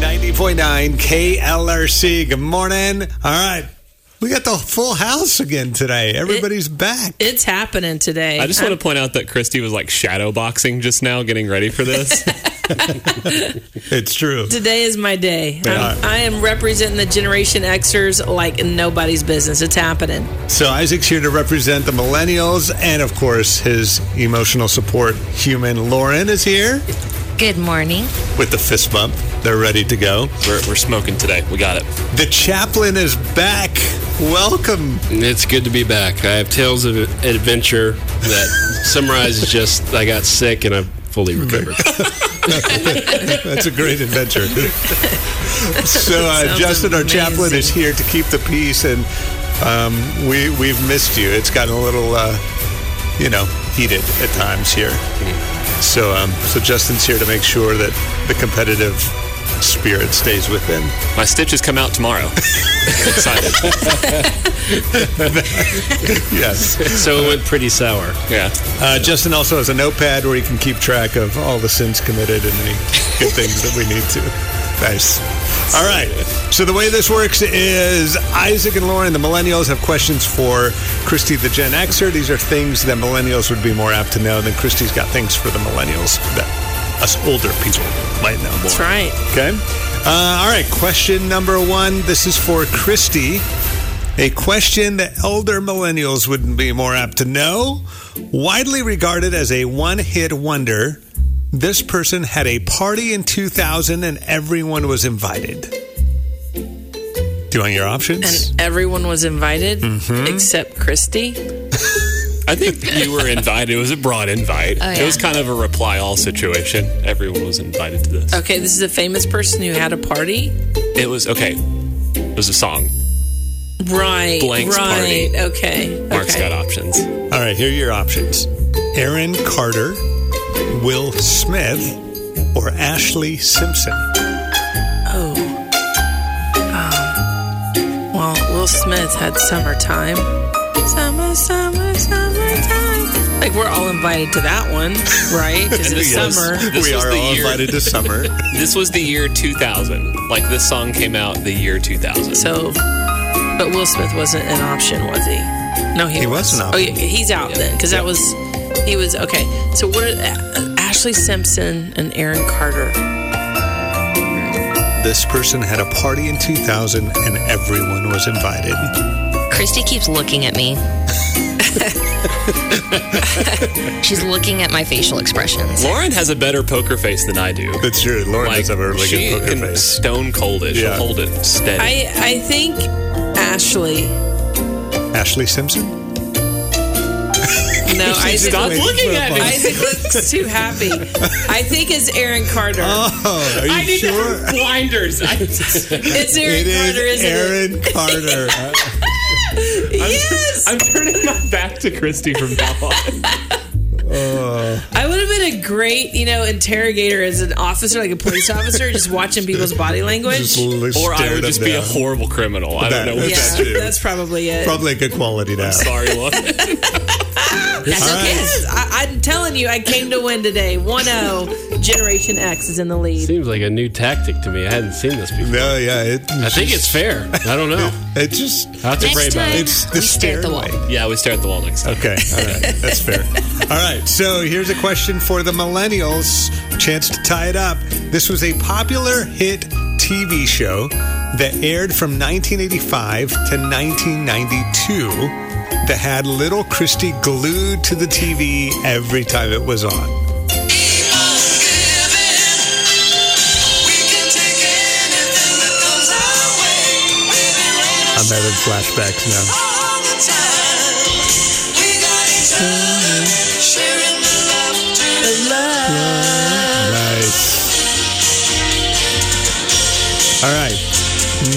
90.9 KLRC. Good morning. All right. We got the full house again today. Everybody's back. It's happening today. I just want to point out that Christy was like shadow boxing just now, getting ready for this. It's true. today is my day. Yeah. I'm, I am representing the Generation Xers like nobody's business. It's happening. So Isaac's here to represent the millennials, and of course, his emotional support human Lauren is here Good morning. with the fist bump. They're ready to go. we're, we're smoking today. We got it. The chaplain is back. Welcome. It's good to be back. I have tales of adventure that summarizes just I got sick and I'm fully recovered. That's a great adventure. so uh, Sounds Justin, our chaplain, amazing. is here to keep the peace, and um, we we've missed you. It's gotten a little, uh, you know, heated at times here. So um, so Justin's here to make sure that the competitive spirit stays within. My stitches come out tomorrow. Excited. Yes. so it went pretty sour. Yeah. Uh, Justin also has a notepad where he can keep track of all the sins committed and any good things that we need to. Nice. All right. So the way this works is Isaac and Lauren, the millennials, have questions for Christy, the Gen Xer. These are things that millennials would be more apt to know, and then Christy's got things for the millennials that us older people might know more. That's right. Okay. Uh, all right. Question number one. This is for Christy. A question that elder millennials would be more apt to know. Widely regarded as a one hit wonder, this person had a party in 2000 and everyone was invited. Do you want your options? And everyone was invited Mm-hmm. except Christy. I think that you were invited. It was a broad invite. Oh, It was yeah. kind of a reply all situation. Everyone was invited to this. Okay, this is a famous person who had a party. It was okay. It was a song. Right. Blank's right. party. Okay. Mark's okay. got options. all right. Here are your options Aaron Carter, Will Smith, or Ashley Simpson. Oh. Um, well, Will Smith had summertime. Summer, summer, summertime. Like we're all invited to that one, right? Because it's Yes. summer. This we was are the all year- invited to summer. This was the year 2000. Like this song came out the year 2000. So, but Will Smith wasn't an option, was he? No, he, He was an option. Oh, yeah, he's out then because that was he was okay. So what? Are, uh, Ashley Simpson and Aaron Carter. This person had a party in 2000 and everyone was invited. Christy keeps looking at me. She's looking at my facial expressions. Lauren has a better poker face than I do. That's true. Lauren Like, does have a really she good poker can face. stone cold it. She'll Yeah. hold it steady. I I think Ashley. Ashley Simpson? No, I Stop Wait, looking for a at me. moment. Isaac looks too happy. I think it's Aaron Carter. Oh, are you I didn't sure? have blinders. I just, it's Aaron It is Carter, isn't Aaron Carter. it? yes. I'm turning my back to Christy from now on. I would have been a great, you know, interrogator as an officer, like a police officer, just watching people's body language. Just literally Or I stared would him just be a down. horrible criminal. I That- don't know what yeah, that's true. that's probably it. Probably a good quality now. sorry look. That's All okay. right. Yes, I, I'm telling you, I came to win today. 1 0. Generation X is in the lead. Seems like a new tactic to me. I hadn't seen this before. No, yeah. It, I think it's fair. I don't know. It just. I have to pray Next about time, it. It's the we stare at the wall. stairway. Yeah, we stare at the wall next time. Okay. All right. That's fair. All right. So here's a question for the millennials. Chance to tie it up. This was a popular hit TV show that aired from 1985 to 1992 that had little Christie glued to the TV every time it was on. I'm having flashbacks now. Nice. All right.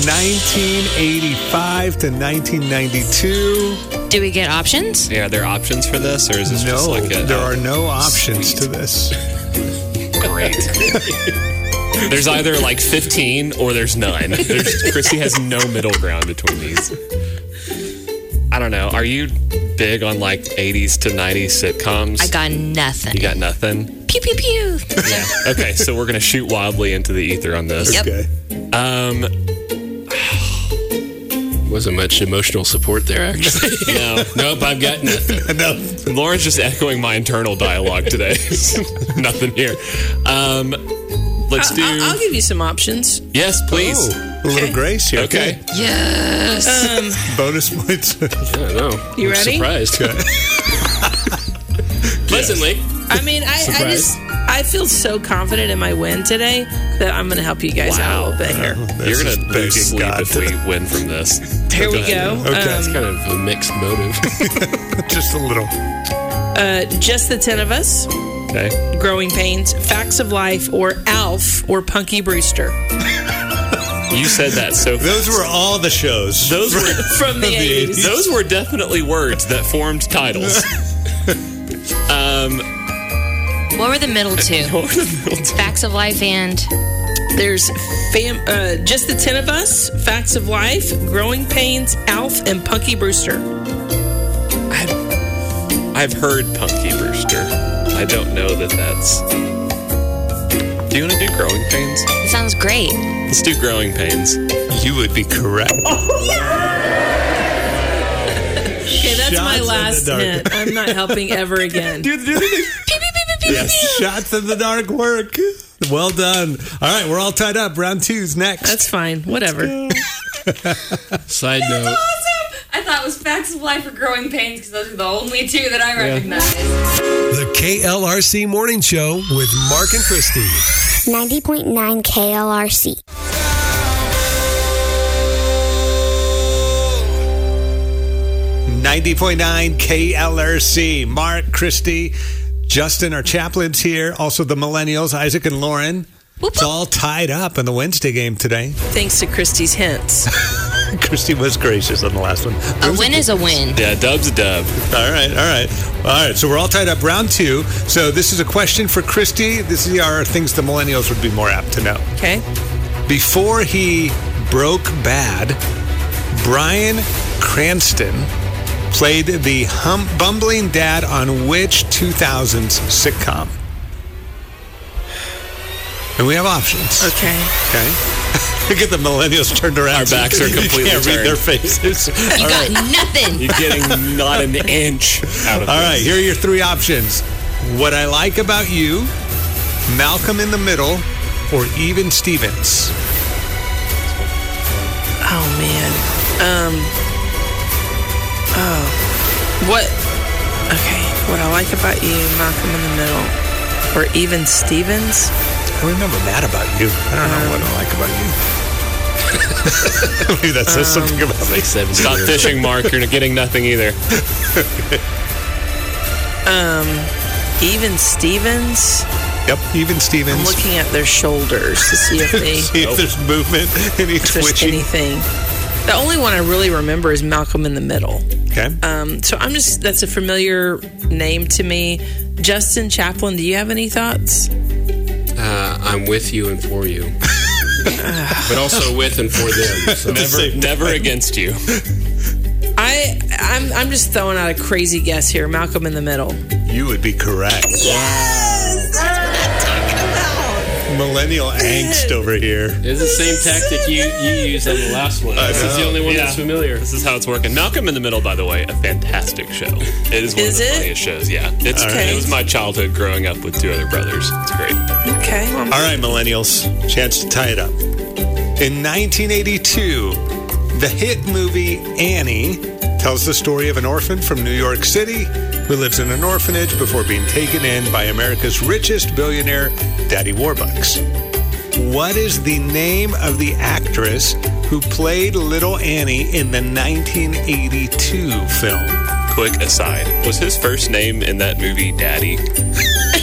1985 to 1992. Do we get options? Yeah, are there options for this, or is this just No, like a oh, uh, there are no options to this. great? there's either like 15 or there's none. There's, Christy has no middle ground between these. I don't know. Are you big on like 80s to 90s sitcoms? I got nothing. you got nothing. pew pew pew. Yeah. Okay, so we're gonna shoot wildly into the ether on this. Yep. Okay. Um, Wasn't much emotional support there, actually. no, nope, I've got nothing. No. Lauren's just echoing my internal dialogue today. Nothing here. Um, let's do. Uh, I'll, I'll give you some options. yes, please. Oh, a little grace here. Okay. Yes. Bonus points. I don't know. You I'm ready? Surprised. Pleasantly. I mean, I, I Surprise. just I feel so confident in my win today that I'm going to help you guys out a Wow. little bit here. You're This is gonna begging lose sleep God if to- we win from this. Here we go. Okay. Um, It's kind of a mixed motive. Just a little. uh, just the ten of us. Okay. Growing pains, facts of life, or Alf or Punky Brewster You said that so. fast. Those were all the shows. Those were from the eighties. those were definitely words that formed titles. um, What were the middle two? what were the middle two? Facts of life and There's fam, uh, just the ten of us, facts of life, growing pains, Alf and Punky Brewster. I've heard Punky Brewster. I don't know that that's. Do you want to do growing pains? it sounds great. Let's do growing pains. You would be correct. Okay, that's my Shots in the last dark. hint. I'm not helping ever again. Yes. Shots in the dark work. Well done. All right, we're all tied up. Round two's next. That's fine. Whatever. Side note. I thought it was Facts of Life or Growing Pains because those are the only two that I recognize. the KLRC Morning Show with Mark and Christy. 90.9 KLRC. Ninety point nine KLRC. Mark, Christy, Justin, our chaplains here. Also the millennials, Isaac and Lauren. It's all tied up in the Wednesday game today. Thanks to Christie's hints. Christy was gracious on the last one. A win is a win. Yeah, dub's a dub. All right, all right, all right. So we're all tied up. Round two. So this is a question for Christy. This is our things the millennials would be more apt to know. Okay. Before he broke bad, Brian Cranston played the hum- bumbling dad on which 2000s sitcom? And we have options. Okay. Okay. Look at the millennials turned around. Our backs are completely You can't read turned. their faces. You got nothing. You're getting not an inch out of All this. right, here are your three options. What I like about you, Malcolm in the Middle, or even Stevens. Oh man. Um. Oh. What? Okay. What I like about you, Malcolm in the Middle, or even Stevens. I remember that about you. I don't know what I like about you. Maybe that says something about me. Like seven Stop years. fishing, Mark. You're not getting nothing either. Even Stevens. Um, Yep, even I'm Stevens. looking at their shoulders to see if they See if there's movement, any if there's twitching. anything. The only one I really remember is Malcolm in the Middle. Okay. Um, so I'm just that's a familiar name to me. Justin Chaplin, do you have any thoughts? Uh, I'm with you and for you. but also with and for them. So. Never, never against you. I I'm I'm just throwing out a crazy guess here. Malcolm in the Middle. You would be correct. Millennial angst over here. It's the same tactic you, you used on the last one. this is the only one Yeah. that's familiar. This is how it's working. Malcolm in the Middle, by the way, a fantastic show. It is one Is of the it? funniest shows. Yeah, it's Okay. it was my childhood growing up with two other brothers. It's great. Okay. well, I'm- All right, millennials, chance to tie it up. In 1982, the hit movie Annie tells the story of an orphan from New York City who lives in an orphanage before being taken in by America's richest billionaire, Daddy Warbucks. What is the name of the actress who played Little Annie in the 1982 film? Quick aside, was his first name in that movie Daddy?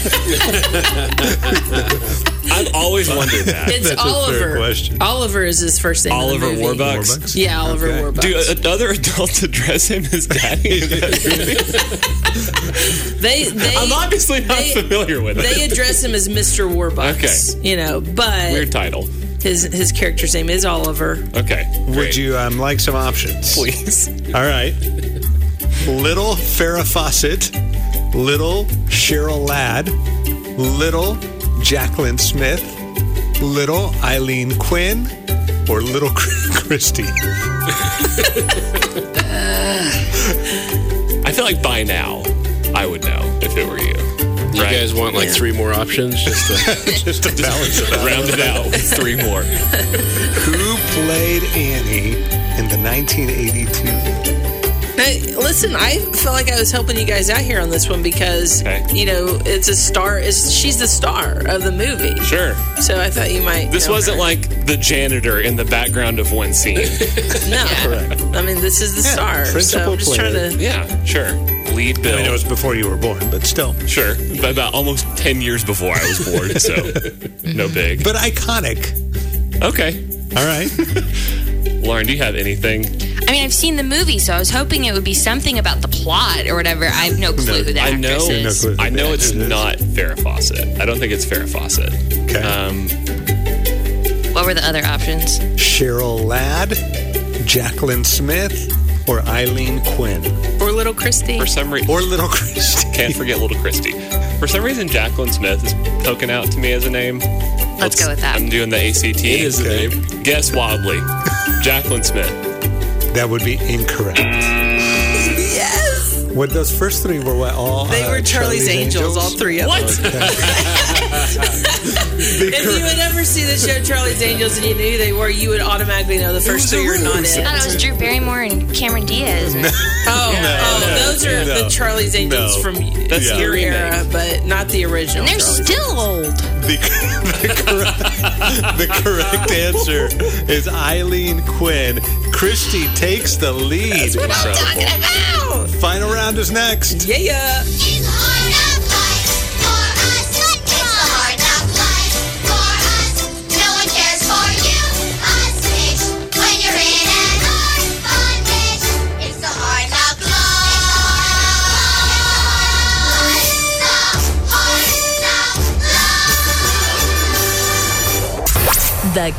I've always wondered that. It's That's a Oliver. fair question. Oliver is his first name. Oliver in the movie. Warbucks. Yeah, Oliver Okay. Warbucks. Do uh, other adults address him as Daddy? in that movie? they they I'm obviously not they- familiar with it. they address him as Mr. Warbucks. Okay. You know, but Weird title. his his character's name is Oliver. Okay. Would great. you um, like some options? please? All right. Little Farrah Fawcett, Little Cheryl Ladd, Little Jacqueline Smith, Little Eileen Quinn, or Little Christy? I feel like by now I would know if it were you. You Right. guys want like three more options? Just to, Just to balance it out. Round it out with three more. Who played Annie in the 1982? Now, listen, I felt like I was helping you guys out here on this one because Okay. you know it's a star. Is she's the star of the movie? Sure. So I thought you might. This know wasn't her. like the janitor in the background of one scene. no. I mean, this is the star. So principal I'm just trying player. to. yeah, sure. Lead Bill. I mean, it was before you were born, but still. Sure. But about almost 10 years before I was born, so no big. But iconic. Okay. All right. Lauren, do you have anything? I mean, I've seen the movie, so I was hoping it would be something about the plot or whatever. I have no clue who the I actress know, is. No clue. I know it's not Farrah Fawcett. I don't think it's Farrah Fawcett. Okay. Um, What were the other options? Cheryl Ladd, Jacqueline Smith, or Eileen Quinn, Or little Christie. for some reason, or Little Christy. can't forget Little Christie. For some reason, Jacqueline Smith is poking out to me as a name. Let's go with that. I'm doing the ACT. It is the Okay. name. Guess wildly. Jacqueline Smith. That would be incorrect. Yes. What those first three were? What all? They uh, were Charlie's, Angels, all three of them. if you would ever see the show Charlie's Angels and you knew who they were, you would automatically know the first three are not I in. thought it was Drew Barrymore and Cameron Diaz. Oh, oh, no, those are no, the Charlie's Angels no. from That's the your remake. era, but not the original. They're Charlie's still old. The, the, correct, the correct answer is Eileen Quinn. Christy takes the lead. Talking about. Final round is next. Yeah, yeah. It's hard knock life for us. It's a hard knock life for us. No one cares for you, us bitch. When you're in an hard fun bitch, it's a hard knock life. It's a hard knock life. The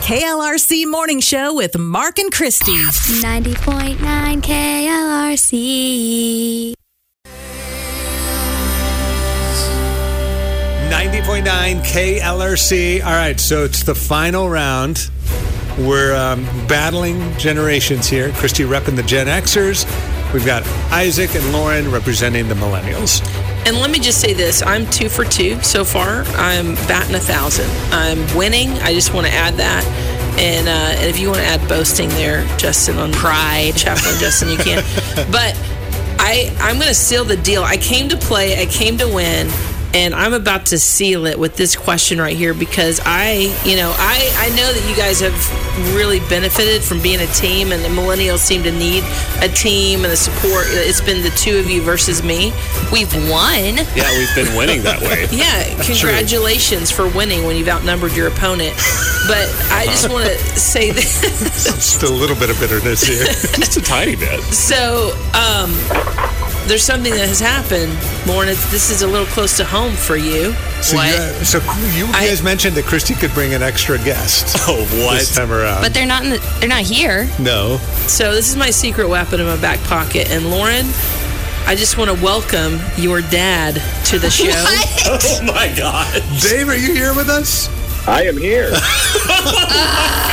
KLRC Morning Show with Mark and Christy. 90.9 KLRC. 90.9 KLRC. All right, so it's the final round. We're um, battling generations here. Christy repping the Gen Xers. We've got Isaac and Lauren representing the millennials. And let me just say this: I'm two for two so far. I'm batting a thousand. I'm winning. I just want to add that. And, uh, and if you want to add boasting there, Justin on pride, Chaplain Justin, you can. but I I'm going to seal the deal. I came to play. I came to win. And I'm about to seal it with this question right here because I, you know, I, I know that you guys have really benefited from being a team, and the millennials seem to need a team and the support. It's been the two of you versus me. We've won. Yeah, we've been winning that way. Yeah, congratulations for winning when you've outnumbered your opponent. But I just want to say this. Just a little bit of bitterness here. Just a tiny bit. So, um, there's something that has happened, Lauren. it's- This is a little close to home for you. So, What? You, so you I- guys mentioned that Christy could bring an extra guest. Oh, This time around. But they're not in the, they're not here. no. So this is my secret weapon in my back pocket. And Lauren, I just want to welcome your dad to the show. Oh my God. Dave, are you here with us? I am here.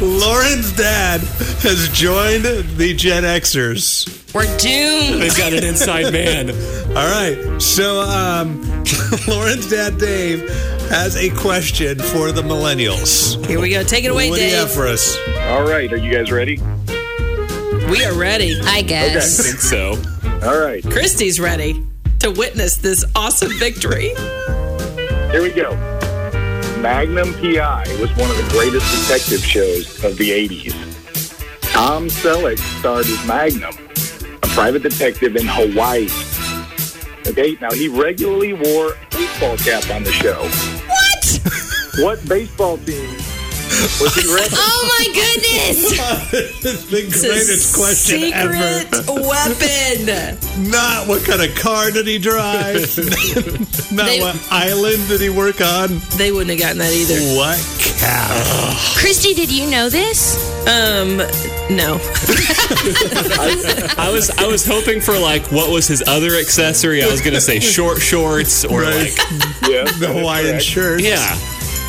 Lauren's dad has joined the Gen Xers. We're doomed. They've got an inside man. All right. So, um, Lauren's dad, Dave, has a question for the millennials. Here we go. Take it away, what do you have Dave. for us? All right, are you guys ready? We are ready. I guess. think so. All right, Christy's ready to witness this awesome victory. here we go. Magnum PI was one of the greatest detective shows of the 80s. Tom Selleck starred as Magnum, a private detective in Hawaii. Okay, now he regularly wore a baseball cap on the show. What? what baseball team was he repping? Oh my goodness. The greatest question secret ever. weapon. Not what kind of car did he drive? Not They- what island did he work on? They wouldn't have gotten that either. What Oh, cap? Christy, did you know this? Um, no. I was I was hoping for like what was his other accessory? I was gonna say short shorts or Right. like Yeah, The Hawaiian shirt. yeah.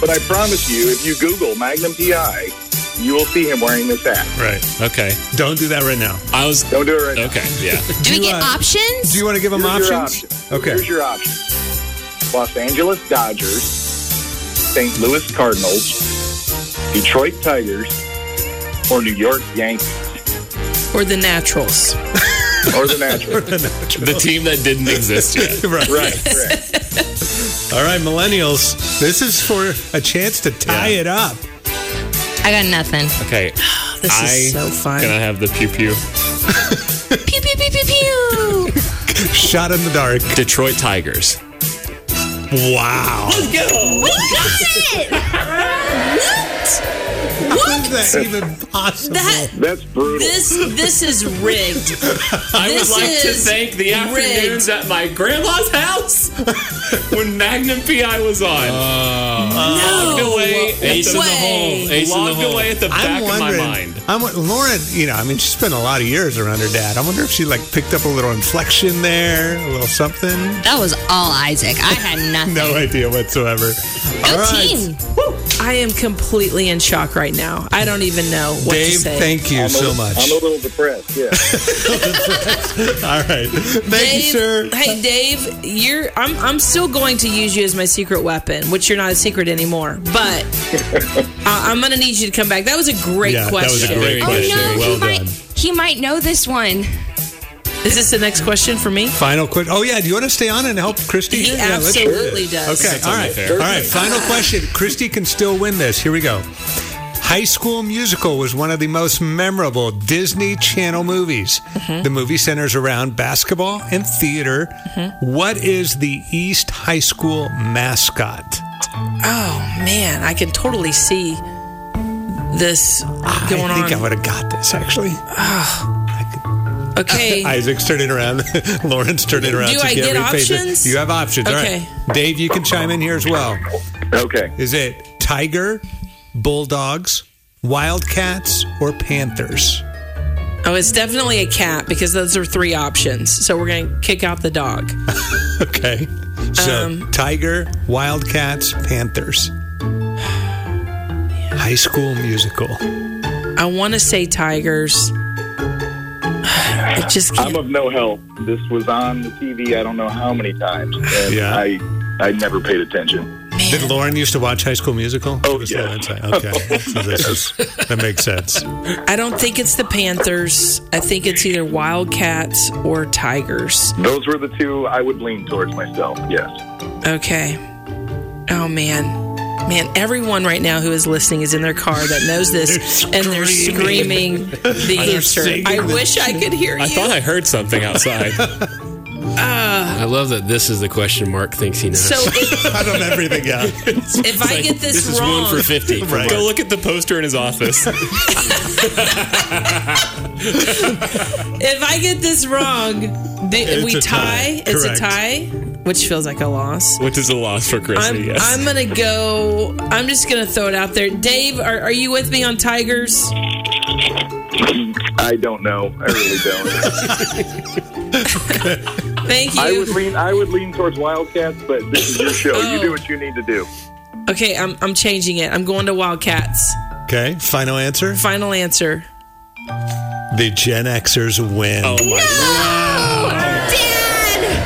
But I promise you, if you Google Magnum PI, you will see him wearing this hat. Right. Okay. Don't do that right now. I was. Don't do it right now. Okay. Yeah. Do we you, get uh, options? Do you want to give them Here's options? your Okay. Here's your option. Los Angeles Dodgers, St. Louis Cardinals, Detroit Tigers, or New York Yankees, Or the naturals. or the Nationals. The team that didn't exist yet. right. right, correct. All right, millennials. This is for a chance to tie Yeah. it up. I got nothing. Okay. This I is so fun. Can I have the pew pew? Pew pew pew pew pew. Shot in the dark. Detroit Tigers. Wow. Let's go. We got it. what? How is that even possible? that That's brutal. this this is rigged. I This would like to is thank the afternoons at my grandma's house when Magnum PI was on. Logged away, at Ace in the the Way. hole. Ace in the logged hole. away at the back I'm of my wondering. mind. I'm wa- Lauren. You know, I mean, she spent a lot of years around her dad. I wonder if she like picked up a little inflection there, a little something. That was all Isaac. I had nothing. No idea whatsoever. Go All right. team. I am completely in shock right now. I don't even know what to Dave, say. thank you I'm a so little- much. I'm a little depressed, yeah. All right, thank you, Dave, sir. Hey, Dave, you're. I'm. I'm still going to use you as my secret weapon, which you're not a secret anymore. But I, I'm going to need you to come back. That was a great Yeah, that was question. a great Oh question. no, well he might done. he might know this one. Is this the next question for me? Final quick. Oh yeah, do you want to stay on and help Christy? He here? Yeah, let's do it. absolutely does. Okay, all only right, fair. all right. Final question. Christy can still win this. Here we go. High School Musical was one of the most memorable Disney Channel movies. Mm-hmm. The movie centers around basketball and theater. Mm-hmm. What is the East High School mascot? Oh man, I can totally see this going I think on. I would have got this actually. okay. Isaac's turning around. Lauren's turning around. Do so I can't get repeat it. options? You have options. Okay. All right. Dave, you can chime in here as well. Okay. Is it tiger, bulldogs, wildcats, or panthers? oh, it's definitely a cat because those are three options. So we're going to kick out the dog. Okay. So Um, tiger, wildcats, panthers. High School Musical. I want to say tigers. I just I'm can't. of no help. This was on the TV I don't know how many times, and Yeah. I, I never paid attention. Did Lauren used to watch High School Musical? Oh, Just yeah. Lauren said- Okay. So this is- that makes sense. I don't think it's the Panthers. I think it's either Wildcats or Tigers. Those were the two I would lean towards myself, yes. Okay. Oh man. Man, everyone right now who is listening is in their car that knows this and they're screaming the answer. singing I the- wish I could hear you. I thought I heard something outside. I love that this is the question Mark thinks he knows. so if, I don't everything out. if I get this, this is wrong, one for 50. Right. Go look at the poster in his office. if I get this wrong, the, we a tie. tie. It's a Correct. tie, which feels like a loss. Which is a loss for Chrissy, I'm, yes. I'm gonna go. I'm just gonna throw it out there. Dave, are, are you with me on Tigers? I don't know. I really don't. Thank I would you. lean. I would lean towards Wildcats, but this is your show. Oh. You do what you need to do. Okay, I'm I'm changing it. I'm going to Wildcats. Okay. Final answer. Final answer. The Gen Xers win. oh my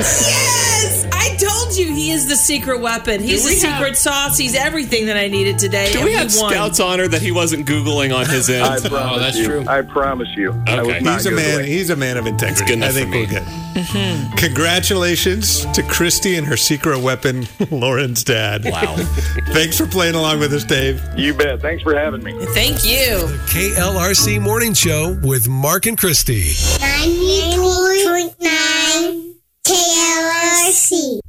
Yes, I told you he is the secret weapon. He's the we have- secret sauce. He's everything that I needed today. Do and we have won. Scout's honor that he wasn't Googling on his I end? promise that's you. true. I promise you. I was Okay. not He's a good man. away. He's a man of integrity. It's good enough I think for me. we're good. Congratulations to Christy and her secret weapon, Lauren's dad. wow. Thanks for playing along with us, Dave. You bet. Thanks for having me. Thank you. KLRC Morning Show with Mark and Christy. 98.9 KLRC.